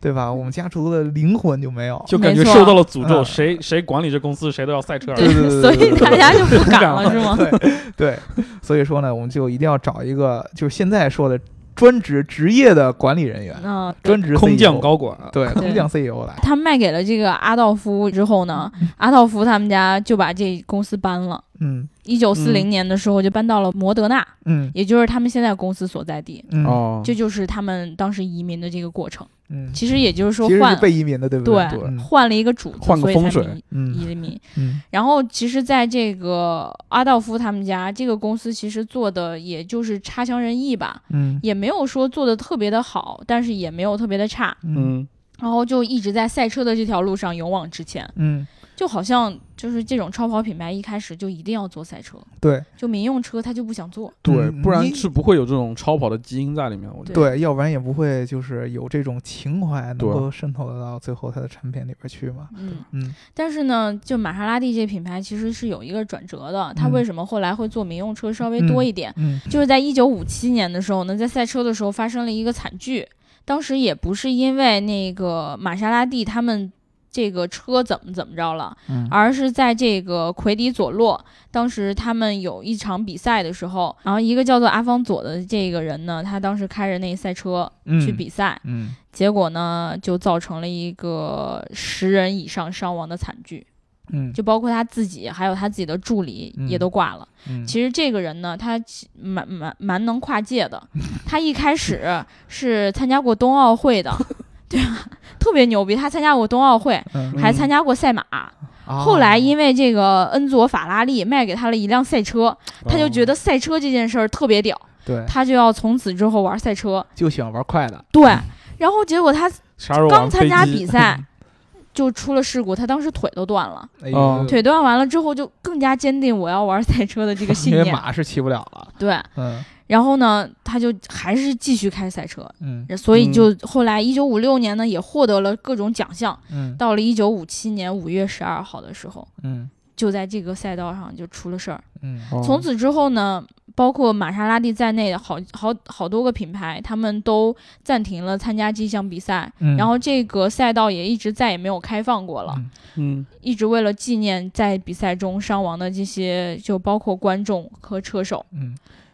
[SPEAKER 2] 对吧？我们家族的灵魂就没有，
[SPEAKER 3] 就感觉
[SPEAKER 1] 没错
[SPEAKER 3] 受到了诅咒，
[SPEAKER 2] 嗯
[SPEAKER 3] 谁谁管理这公司，谁都要赛车。
[SPEAKER 2] 对对对对
[SPEAKER 1] 所以
[SPEAKER 2] 对
[SPEAKER 1] 大家就不敢
[SPEAKER 3] 敢
[SPEAKER 1] 了，是吗？
[SPEAKER 2] 对对， 所以说呢，我们就一定要找一个，就是现在说的专职职业的管理人员，
[SPEAKER 1] 嗯，对
[SPEAKER 2] 专职 CEO,
[SPEAKER 3] 空降高管，
[SPEAKER 2] 对
[SPEAKER 1] 对
[SPEAKER 2] 空降 CEO 来。
[SPEAKER 1] 他卖给了这个阿道夫之后呢，阿道夫他们家就把这公司搬了。
[SPEAKER 2] 嗯
[SPEAKER 1] 一九四零
[SPEAKER 3] 嗯
[SPEAKER 1] 年的时候就搬到了摩德纳，
[SPEAKER 2] 嗯
[SPEAKER 1] 也就是他们现在公司所在地。
[SPEAKER 2] 嗯
[SPEAKER 3] 哦
[SPEAKER 1] 这就是他们当时移民的这个过程。
[SPEAKER 2] 嗯，
[SPEAKER 1] 其实也就是说
[SPEAKER 2] 其实
[SPEAKER 1] 换
[SPEAKER 2] 是被移民的，对不对？
[SPEAKER 1] 对
[SPEAKER 2] 嗯
[SPEAKER 1] 换了一个主子，
[SPEAKER 3] 换个
[SPEAKER 1] 所以才
[SPEAKER 3] 风水
[SPEAKER 1] 移
[SPEAKER 2] 嗯
[SPEAKER 1] 移民。
[SPEAKER 2] 嗯
[SPEAKER 1] 然后其实，在这个阿道夫他们家这个公司，其实做的也就是差强人意吧，
[SPEAKER 2] 嗯
[SPEAKER 1] 也没有说做的特别的好，但是也没有特别的差。
[SPEAKER 2] 嗯
[SPEAKER 3] 嗯，
[SPEAKER 1] 然后就一直在赛车的这条路上勇往直前，
[SPEAKER 2] 嗯，
[SPEAKER 1] 就好像就是这种超跑品牌一开始就一定要做赛车，
[SPEAKER 2] 对
[SPEAKER 1] 就民用车他就不想做。
[SPEAKER 3] 对，
[SPEAKER 2] 嗯
[SPEAKER 3] 不然
[SPEAKER 2] 你
[SPEAKER 3] 是不会有这种超跑的基因在里面。我觉得，
[SPEAKER 2] 对，要不然也不会就是有这种情怀能
[SPEAKER 3] 对
[SPEAKER 2] 够渗透得到最后它的产品里边去嘛。
[SPEAKER 1] 嗯，
[SPEAKER 2] 嗯
[SPEAKER 1] 但是呢，就玛莎拉蒂这品牌其实是有一个转折的，它
[SPEAKER 2] 嗯
[SPEAKER 1] 为什么后来会做民用车稍微多一点？
[SPEAKER 2] 嗯
[SPEAKER 1] 就是在一九五七年的时候呢，在赛车的时候发生了一个惨剧。当时也不是因为那个玛莎拉蒂他们这个车怎么怎么着了，
[SPEAKER 2] 嗯
[SPEAKER 1] 而是在这个奎迪佐洛，当时他们有一场比赛的时候，然后一个叫做阿方佐的这个人呢，他当时开着那赛车
[SPEAKER 2] 嗯
[SPEAKER 1] 去比赛，
[SPEAKER 2] 嗯
[SPEAKER 1] 结果呢就造成了一个十人以上伤亡的惨剧，
[SPEAKER 2] 嗯
[SPEAKER 1] 就包括他自己还有他自己的助理
[SPEAKER 2] 嗯
[SPEAKER 1] 也都挂了。
[SPEAKER 2] 嗯，
[SPEAKER 1] 其实这个人呢，他其蛮蛮蛮能跨界 的。他一开始是参加过冬奥会 的，对吧？特别牛逼，他参加过冬奥会，
[SPEAKER 2] 嗯
[SPEAKER 1] 还参加过赛马。
[SPEAKER 3] 哦
[SPEAKER 2] 啊
[SPEAKER 1] 嗯后来因为这个恩佐法拉利卖给他了一辆赛车，他就
[SPEAKER 3] 哦
[SPEAKER 1] 觉得赛车这件事儿特别屌，
[SPEAKER 3] 哎
[SPEAKER 2] 对
[SPEAKER 1] 他就要从此之后玩赛车。
[SPEAKER 2] 就喜欢玩快的，
[SPEAKER 1] 对，然后结果他
[SPEAKER 3] 啥时候
[SPEAKER 1] 刚
[SPEAKER 3] 嗯玩
[SPEAKER 1] 参
[SPEAKER 3] 飞
[SPEAKER 1] 加
[SPEAKER 3] 机
[SPEAKER 1] 比 赛就出了事故，他当时腿都断了。
[SPEAKER 2] 哎
[SPEAKER 3] 哦
[SPEAKER 2] 呦
[SPEAKER 1] 腿断完了之后，就更加坚定我要玩赛车的这个 信
[SPEAKER 2] 因为
[SPEAKER 1] 念。
[SPEAKER 2] 马是骑不了了。
[SPEAKER 1] 对，
[SPEAKER 2] 嗯
[SPEAKER 1] 然后呢，他就还是继续开赛车，
[SPEAKER 2] 嗯
[SPEAKER 1] 所以就后来一九五六年呢，也获得了各种奖项。
[SPEAKER 2] 嗯
[SPEAKER 1] 到了一九五七年五月十二号的时候，
[SPEAKER 2] 嗯
[SPEAKER 1] 就在这个赛道上就出了事儿。
[SPEAKER 2] 嗯
[SPEAKER 3] 哦
[SPEAKER 1] 从此之后呢，包括玛莎拉蒂在内的好好好多个品牌，他们都暂停了参加这项比赛。
[SPEAKER 2] 嗯，
[SPEAKER 1] 然后这个赛道也一直再也没有开放过了，
[SPEAKER 2] 嗯
[SPEAKER 3] 嗯，
[SPEAKER 1] 一直为了纪念在比赛中伤亡的这些，就包括观众和车手。
[SPEAKER 2] 嗯。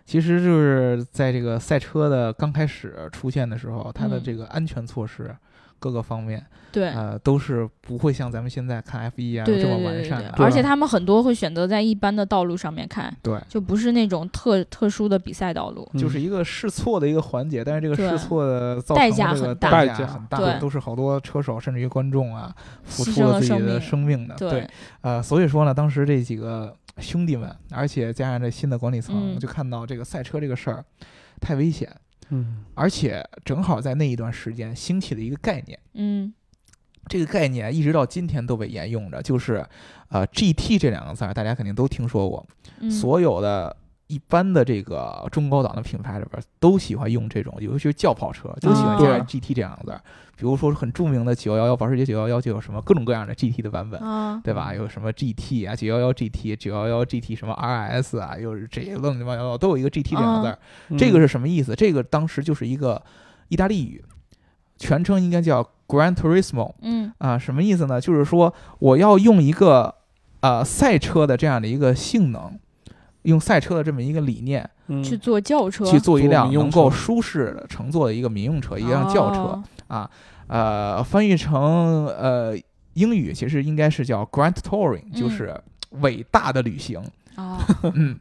[SPEAKER 2] 其实就是在这个赛车的刚开始出现的时候，它的
[SPEAKER 1] 嗯
[SPEAKER 2] 这个安全措施各个方面，
[SPEAKER 1] 对，
[SPEAKER 2] 呃，都是不会像咱们现在看 F 1啊
[SPEAKER 1] 对
[SPEAKER 2] 这
[SPEAKER 1] 对
[SPEAKER 2] 么
[SPEAKER 1] 对
[SPEAKER 2] 完
[SPEAKER 1] 对
[SPEAKER 2] 善
[SPEAKER 1] 对
[SPEAKER 2] 的，，啊
[SPEAKER 1] 而且他们很多会选择在一般的道路上面开，
[SPEAKER 2] 对，
[SPEAKER 1] 就不是那种特特殊的比赛道路。
[SPEAKER 3] 嗯
[SPEAKER 2] 就是一个试错的一个环节，但是这个
[SPEAKER 1] 对啊
[SPEAKER 2] 试错的造成
[SPEAKER 1] 代价
[SPEAKER 2] 的这个
[SPEAKER 1] 很大
[SPEAKER 2] 代
[SPEAKER 3] 代价
[SPEAKER 2] 很大，
[SPEAKER 1] 对
[SPEAKER 2] 都是好多车手甚至于观众啊付
[SPEAKER 1] 牺牲
[SPEAKER 2] 出了
[SPEAKER 1] 了
[SPEAKER 2] 自己
[SPEAKER 1] 生
[SPEAKER 2] 的
[SPEAKER 1] 命
[SPEAKER 2] 生命的，
[SPEAKER 1] 对，
[SPEAKER 2] 呃，所以说呢，当时这几个兄弟们，而且加上这新的管理层，
[SPEAKER 1] 嗯
[SPEAKER 2] 我就看到这个赛车这个事儿太危险，
[SPEAKER 3] 嗯
[SPEAKER 2] 而且正好在那一段时间兴起了一个概念，
[SPEAKER 1] 嗯
[SPEAKER 2] 这个概念一直到今天都被沿用着，就是呃 GT 这两个字儿，大家肯定都听说过，
[SPEAKER 1] 嗯，
[SPEAKER 2] 所有的一般的这个中高档的品牌里边都喜欢用这种，尤其是轿跑车，就喜欢加
[SPEAKER 3] 对
[SPEAKER 2] GT 这样的字儿。比如说很著名的九幺幺，保时捷九幺幺就有什么各种各样的 GT 的版本，
[SPEAKER 1] 啊，
[SPEAKER 2] 对吧？有什么 GT 啊，九幺幺 GT、九幺幺 GT 什么 RS 啊，又是这些乱七八糟的都有一个 GT 这两个字儿。
[SPEAKER 3] 嗯
[SPEAKER 2] 这个是什么意思？这个当时就是一个意大利语，全称应该叫 Gran Turismo。
[SPEAKER 1] 嗯
[SPEAKER 2] 啊，什么意思呢？就是说我要用一个呃赛车的这样的一个性能，用赛车的这么一个理念
[SPEAKER 3] 嗯
[SPEAKER 1] 去坐轿车，
[SPEAKER 2] 去做一
[SPEAKER 3] 做
[SPEAKER 2] 辆
[SPEAKER 3] 民用
[SPEAKER 2] 能够
[SPEAKER 3] 车
[SPEAKER 2] 舒适的乘坐的一个民用车，一辆轿车
[SPEAKER 1] 哦。
[SPEAKER 2] 啊，呃，翻译成呃英语其实应该是叫 Grand Touring，就
[SPEAKER 1] 嗯
[SPEAKER 2] 是伟大的旅行，
[SPEAKER 1] 哦，
[SPEAKER 2] 嗯，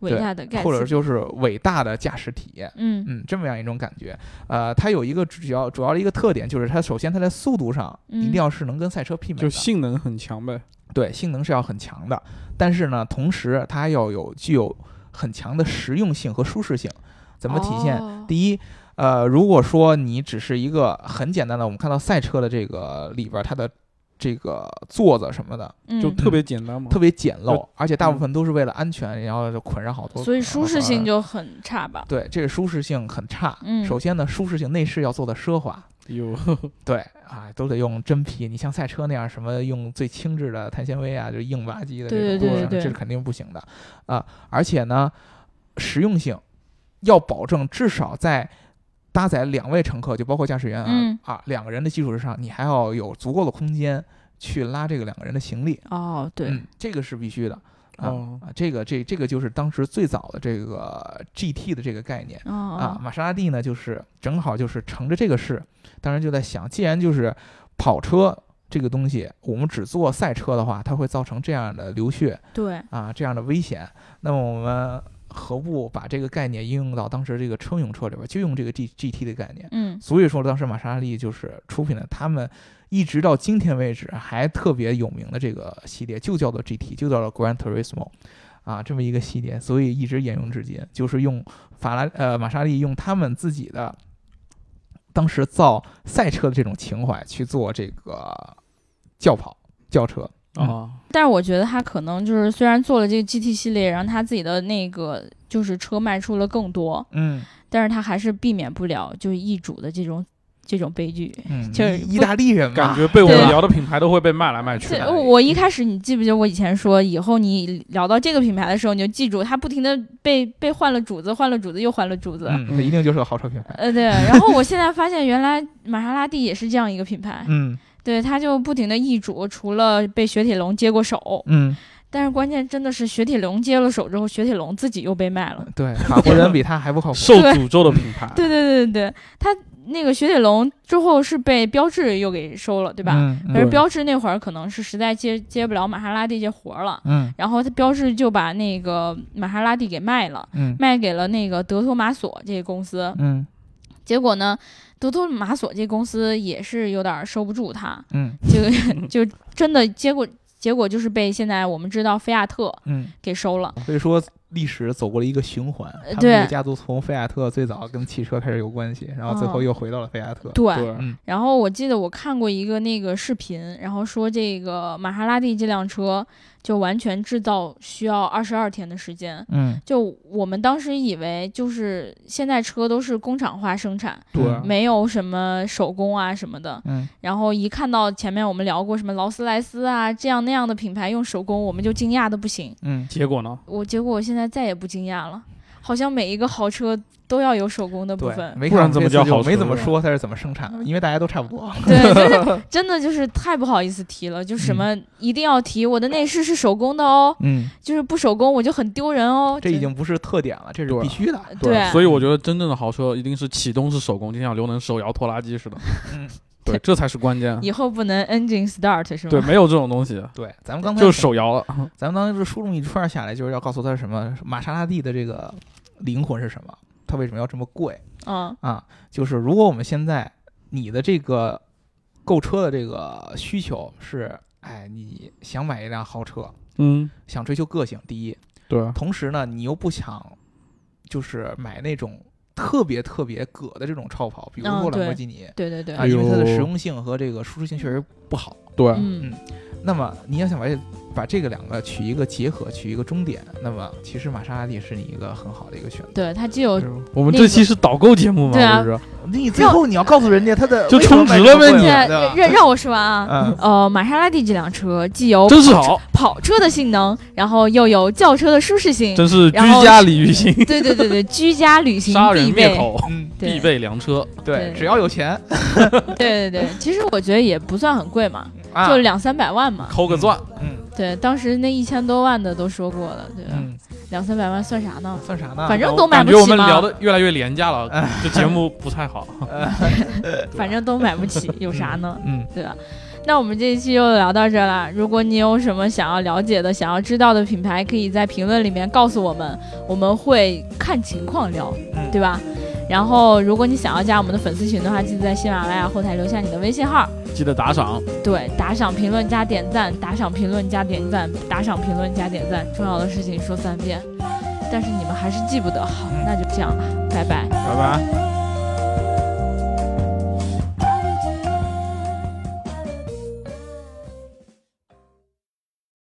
[SPEAKER 1] 伟
[SPEAKER 2] 对
[SPEAKER 1] 大的盖茨，
[SPEAKER 2] 或者就是伟大的驾驶体验。
[SPEAKER 1] 嗯
[SPEAKER 2] 嗯，这么样一种感觉。呃，它有一个主要主要的一个特点，就是它首先它在速度上一定
[SPEAKER 1] 嗯
[SPEAKER 2] 要是能跟赛车媲美的，
[SPEAKER 3] 就性能很强呗，
[SPEAKER 2] 对，性能是要很强的，但是呢，同时它要有具有很强的实用性和舒适性。怎么体现？
[SPEAKER 1] 哦
[SPEAKER 2] 第一，呃，如果说你只是一个很简单的，我们看到赛车的这个里边儿它的这个座子什么的，
[SPEAKER 1] 嗯，
[SPEAKER 3] 就特别简单嘛。
[SPEAKER 2] 特别简陋
[SPEAKER 3] 呃，
[SPEAKER 2] 而且大部分都是为了安全，然后就捆上好多。
[SPEAKER 1] 所以舒适性
[SPEAKER 2] 就
[SPEAKER 1] 就很差吧。
[SPEAKER 2] 对这个舒适性很差。
[SPEAKER 1] 嗯
[SPEAKER 2] 首先呢，舒适性内饰要做的奢华，
[SPEAKER 3] 有
[SPEAKER 2] 对啊，都得用真皮。你像赛车那样，什么用最轻质的碳纤维啊，就硬吧唧的这
[SPEAKER 1] 对
[SPEAKER 2] 种
[SPEAKER 3] 对
[SPEAKER 2] 东
[SPEAKER 3] 对
[SPEAKER 2] 西，
[SPEAKER 1] 对
[SPEAKER 2] 这是肯定不行的啊。而且呢，实用性要保证至少在搭载两位乘客，就包括驾驶员啊、
[SPEAKER 1] 嗯
[SPEAKER 2] 啊两个人的基础之上，你还要有足够的空间去拉这个两个人的行李。
[SPEAKER 1] 哦，对，
[SPEAKER 2] 嗯，这个是必须的啊、
[SPEAKER 3] 哦
[SPEAKER 2] 啊，这个这这个就是当时最早的这个 GT 的这个概念。
[SPEAKER 1] 哦
[SPEAKER 2] 啊，
[SPEAKER 1] 哦，
[SPEAKER 2] 玛莎拉蒂呢，就是正好就是乘着这个势，当时就在想，既然就是跑车这个东西，我们只做赛车的话，它会造成这样的流血
[SPEAKER 1] 对，
[SPEAKER 2] 啊，这样的危险，那么我们何不把这个概念应用到当时这个乘用车里边，就用这个 G G T 的概念。
[SPEAKER 1] 嗯，
[SPEAKER 2] 所以说，当时玛莎拉蒂就是出品了他们一直到今天为止还特别有名的这个系列，就叫做 GT，就叫做 Gran Turismo，啊，这么一个系列，所以一直沿用至今，就是用法拉呃玛莎拉蒂用他们自己的当时造赛车的这种情怀去做这个轿跑轿车，
[SPEAKER 3] 啊，
[SPEAKER 1] 但是我觉得他可能就是虽然做了这个 GT 系列，然后他自己的那个就是车卖出了更多，
[SPEAKER 2] 嗯
[SPEAKER 1] 但是他还是避免不了就是易主的这种这种悲剧。
[SPEAKER 2] 嗯，
[SPEAKER 1] 就是
[SPEAKER 2] 意意
[SPEAKER 1] 不
[SPEAKER 2] 大利人嘛
[SPEAKER 3] 感觉被我
[SPEAKER 1] 啊对哦
[SPEAKER 3] 们聊的品牌都会被卖来卖去
[SPEAKER 1] 这
[SPEAKER 2] 哎
[SPEAKER 3] 的。
[SPEAKER 1] 我一开始你记不记得我以前说，以后你聊到这个品牌的时候，你就记住它不停的被被换了主子，换了主子又换了主子。
[SPEAKER 2] 嗯，那一定就是个豪车品牌，
[SPEAKER 1] 呃，对，然后我现在发现原来玛莎拉蒂也是这样一个品牌，
[SPEAKER 2] 嗯
[SPEAKER 1] 对，它就不停的易主，除了被雪铁龙接过手，
[SPEAKER 2] 嗯，
[SPEAKER 1] 但是关键真的是雪铁龙接了手之后，雪铁龙自己又被卖了。
[SPEAKER 2] 对，法国人比他还 不靠谱，
[SPEAKER 3] 受诅咒的品牌，
[SPEAKER 1] 嗯对对对对对，它那个雪铁龙之后是被标致又给收了，对
[SPEAKER 2] 对
[SPEAKER 1] 吧？
[SPEAKER 2] 嗯
[SPEAKER 1] 可是
[SPEAKER 3] 对
[SPEAKER 1] 标致那会儿可能是实在接接不了玛莎拉蒂这活儿了，
[SPEAKER 2] 嗯
[SPEAKER 1] 然后它标致就把那个玛莎拉蒂给卖了，
[SPEAKER 2] 嗯
[SPEAKER 1] 卖给了那个德托马索这个公司。
[SPEAKER 2] 嗯
[SPEAKER 1] 结果呢，德托马索这公司也是有点儿收不住它，
[SPEAKER 2] 嗯
[SPEAKER 1] 就 就真的结果结果就是被现在我们知道菲亚特
[SPEAKER 2] 嗯。
[SPEAKER 1] 给收了。
[SPEAKER 2] 所以说，历史走过了一个循环。
[SPEAKER 3] 呃
[SPEAKER 2] 他们
[SPEAKER 1] 对
[SPEAKER 2] 这个家族从菲亚特最早跟汽车开始有关系，然后最后又回到了菲亚特。
[SPEAKER 1] 对，
[SPEAKER 3] 哦对
[SPEAKER 2] 嗯
[SPEAKER 1] 然后我记得我看过一个那个视频，然后说这个玛莎拉蒂这辆车就完全制造需要二十二天的时间。
[SPEAKER 2] 嗯，
[SPEAKER 1] 就我们当时以为，就是现在车都是工厂化生产，
[SPEAKER 3] 对啊
[SPEAKER 1] 没有什么手工啊什么的。
[SPEAKER 2] 嗯
[SPEAKER 1] 然后一看到前面我们聊过什么劳斯莱斯啊这样那样的品牌用手工，我们就惊讶的不行。
[SPEAKER 2] 嗯，
[SPEAKER 3] 结果呢？
[SPEAKER 1] 我结果我现在再也不惊讶了，好像每一个豪车都要有手工的部
[SPEAKER 2] 对，嗯
[SPEAKER 1] 分。
[SPEAKER 2] 没
[SPEAKER 3] 不
[SPEAKER 2] 看
[SPEAKER 3] 然
[SPEAKER 2] 这
[SPEAKER 3] 怎
[SPEAKER 2] 次
[SPEAKER 3] 么
[SPEAKER 2] 就
[SPEAKER 3] 叫好啊车
[SPEAKER 2] 没怎么说它是怎么生产的，因为大家都差不多。
[SPEAKER 1] 对， 就是真的就是太不好意思提了，就什么
[SPEAKER 3] 嗯
[SPEAKER 1] 一定要提我的内饰是手工的哦，
[SPEAKER 2] 嗯，
[SPEAKER 1] 就是不手工我就很丢人哦。
[SPEAKER 2] 这已经不是特点了，这是
[SPEAKER 3] 对
[SPEAKER 2] 必须的。
[SPEAKER 1] 对
[SPEAKER 3] 所以我觉得真正的豪车一定是启动是手工，就像刘能手摇拖拉机似的。
[SPEAKER 2] 嗯，
[SPEAKER 3] 对，这才是关键。
[SPEAKER 1] 以后不能 engine start 是吗？
[SPEAKER 3] 对，没有这种 东西，
[SPEAKER 2] 对，咱们刚才
[SPEAKER 3] 就是手摇了。
[SPEAKER 2] 咱们当时书中一串下来，就是要告诉他什么玛莎拉蒂的这个灵魂是什么，它为什么要这么贵？
[SPEAKER 1] 嗯
[SPEAKER 2] 啊，就是如果我们现在你的这个购车的这个需求是，哎，你想买一辆豪车，
[SPEAKER 3] 嗯，
[SPEAKER 2] 想追求个性，第一，
[SPEAKER 1] 嗯
[SPEAKER 3] 对，
[SPEAKER 2] 同时呢，你又不想就是买那种特别特别葛的这种超跑，比如
[SPEAKER 1] 嗯
[SPEAKER 2] 说兰
[SPEAKER 1] 对
[SPEAKER 2] 博基尼。
[SPEAKER 1] 对对对，
[SPEAKER 2] 啊，因为它的
[SPEAKER 3] 哎呦
[SPEAKER 2] 实用性和这个舒适性确实不好。
[SPEAKER 3] 对，
[SPEAKER 1] 嗯
[SPEAKER 2] 那么你要想把这把这个两个取一个结合，取一个终点，那么其实玛莎拉蒂是你一个很好的一个选择。
[SPEAKER 1] 对，它既有
[SPEAKER 3] 我们
[SPEAKER 1] 那
[SPEAKER 3] 这
[SPEAKER 1] 个
[SPEAKER 3] 期是导购节目嘛，
[SPEAKER 1] 对啊
[SPEAKER 3] 不是？
[SPEAKER 2] 你最后你要告诉人家它的
[SPEAKER 3] 就
[SPEAKER 2] 为什么
[SPEAKER 3] 充值
[SPEAKER 2] 卖这么
[SPEAKER 3] 了呗
[SPEAKER 2] 贵
[SPEAKER 3] 你
[SPEAKER 2] 对
[SPEAKER 1] 对
[SPEAKER 2] 吧
[SPEAKER 1] 让让我说完啊。
[SPEAKER 2] 嗯，
[SPEAKER 1] 呃，玛莎拉蒂这辆车既有
[SPEAKER 3] 真是好，
[SPEAKER 1] 跑车的性能，然后又有轿车的舒适性，
[SPEAKER 3] 真是居
[SPEAKER 1] 然后
[SPEAKER 3] 家李玉兴，
[SPEAKER 1] 对对对对，居家旅行
[SPEAKER 3] 杀人
[SPEAKER 1] 必
[SPEAKER 3] 灭
[SPEAKER 1] 备，
[SPEAKER 3] 口
[SPEAKER 2] 嗯
[SPEAKER 1] 对
[SPEAKER 3] 必备良车。
[SPEAKER 2] 对，
[SPEAKER 1] 对
[SPEAKER 2] 只要有钱
[SPEAKER 1] 对对对，其实我觉得也不算很贵嘛，
[SPEAKER 2] 啊，
[SPEAKER 1] 就两三百万嘛。
[SPEAKER 3] 抠个钻，
[SPEAKER 2] 嗯
[SPEAKER 1] 对，当时那一千多万的都说过了，对吧？
[SPEAKER 2] 嗯，
[SPEAKER 1] 两三百万算啥呢？
[SPEAKER 2] 算啥呢？
[SPEAKER 1] 反正
[SPEAKER 3] 我
[SPEAKER 1] 都买
[SPEAKER 3] 啊感
[SPEAKER 1] 不
[SPEAKER 3] 觉我
[SPEAKER 1] 起
[SPEAKER 3] 们聊
[SPEAKER 1] 嘛，
[SPEAKER 3] 的越来越廉 价了，这节目不太好。
[SPEAKER 1] 反正都买不 起，有啥呢？
[SPEAKER 2] 嗯，
[SPEAKER 1] 对吧？那我们这一期就聊到这儿了。如果你有什么想要了解的、想要知道的品牌，可以在评论里面告诉我们，我们会看情况聊，
[SPEAKER 2] 嗯
[SPEAKER 1] 对吧？然后，如果你想要加我们的粉丝群的话，记得在喜马拉雅后台留下你的微信号。
[SPEAKER 3] 记得打赏，
[SPEAKER 1] 对，打赏、评论加点赞，打赏、评论加点赞，打赏、评论加点赞，重要的事
[SPEAKER 3] 嗯
[SPEAKER 1] 情说三遍，但是你们还是记不得，好，那就这样吧，拜拜。
[SPEAKER 3] 拜拜。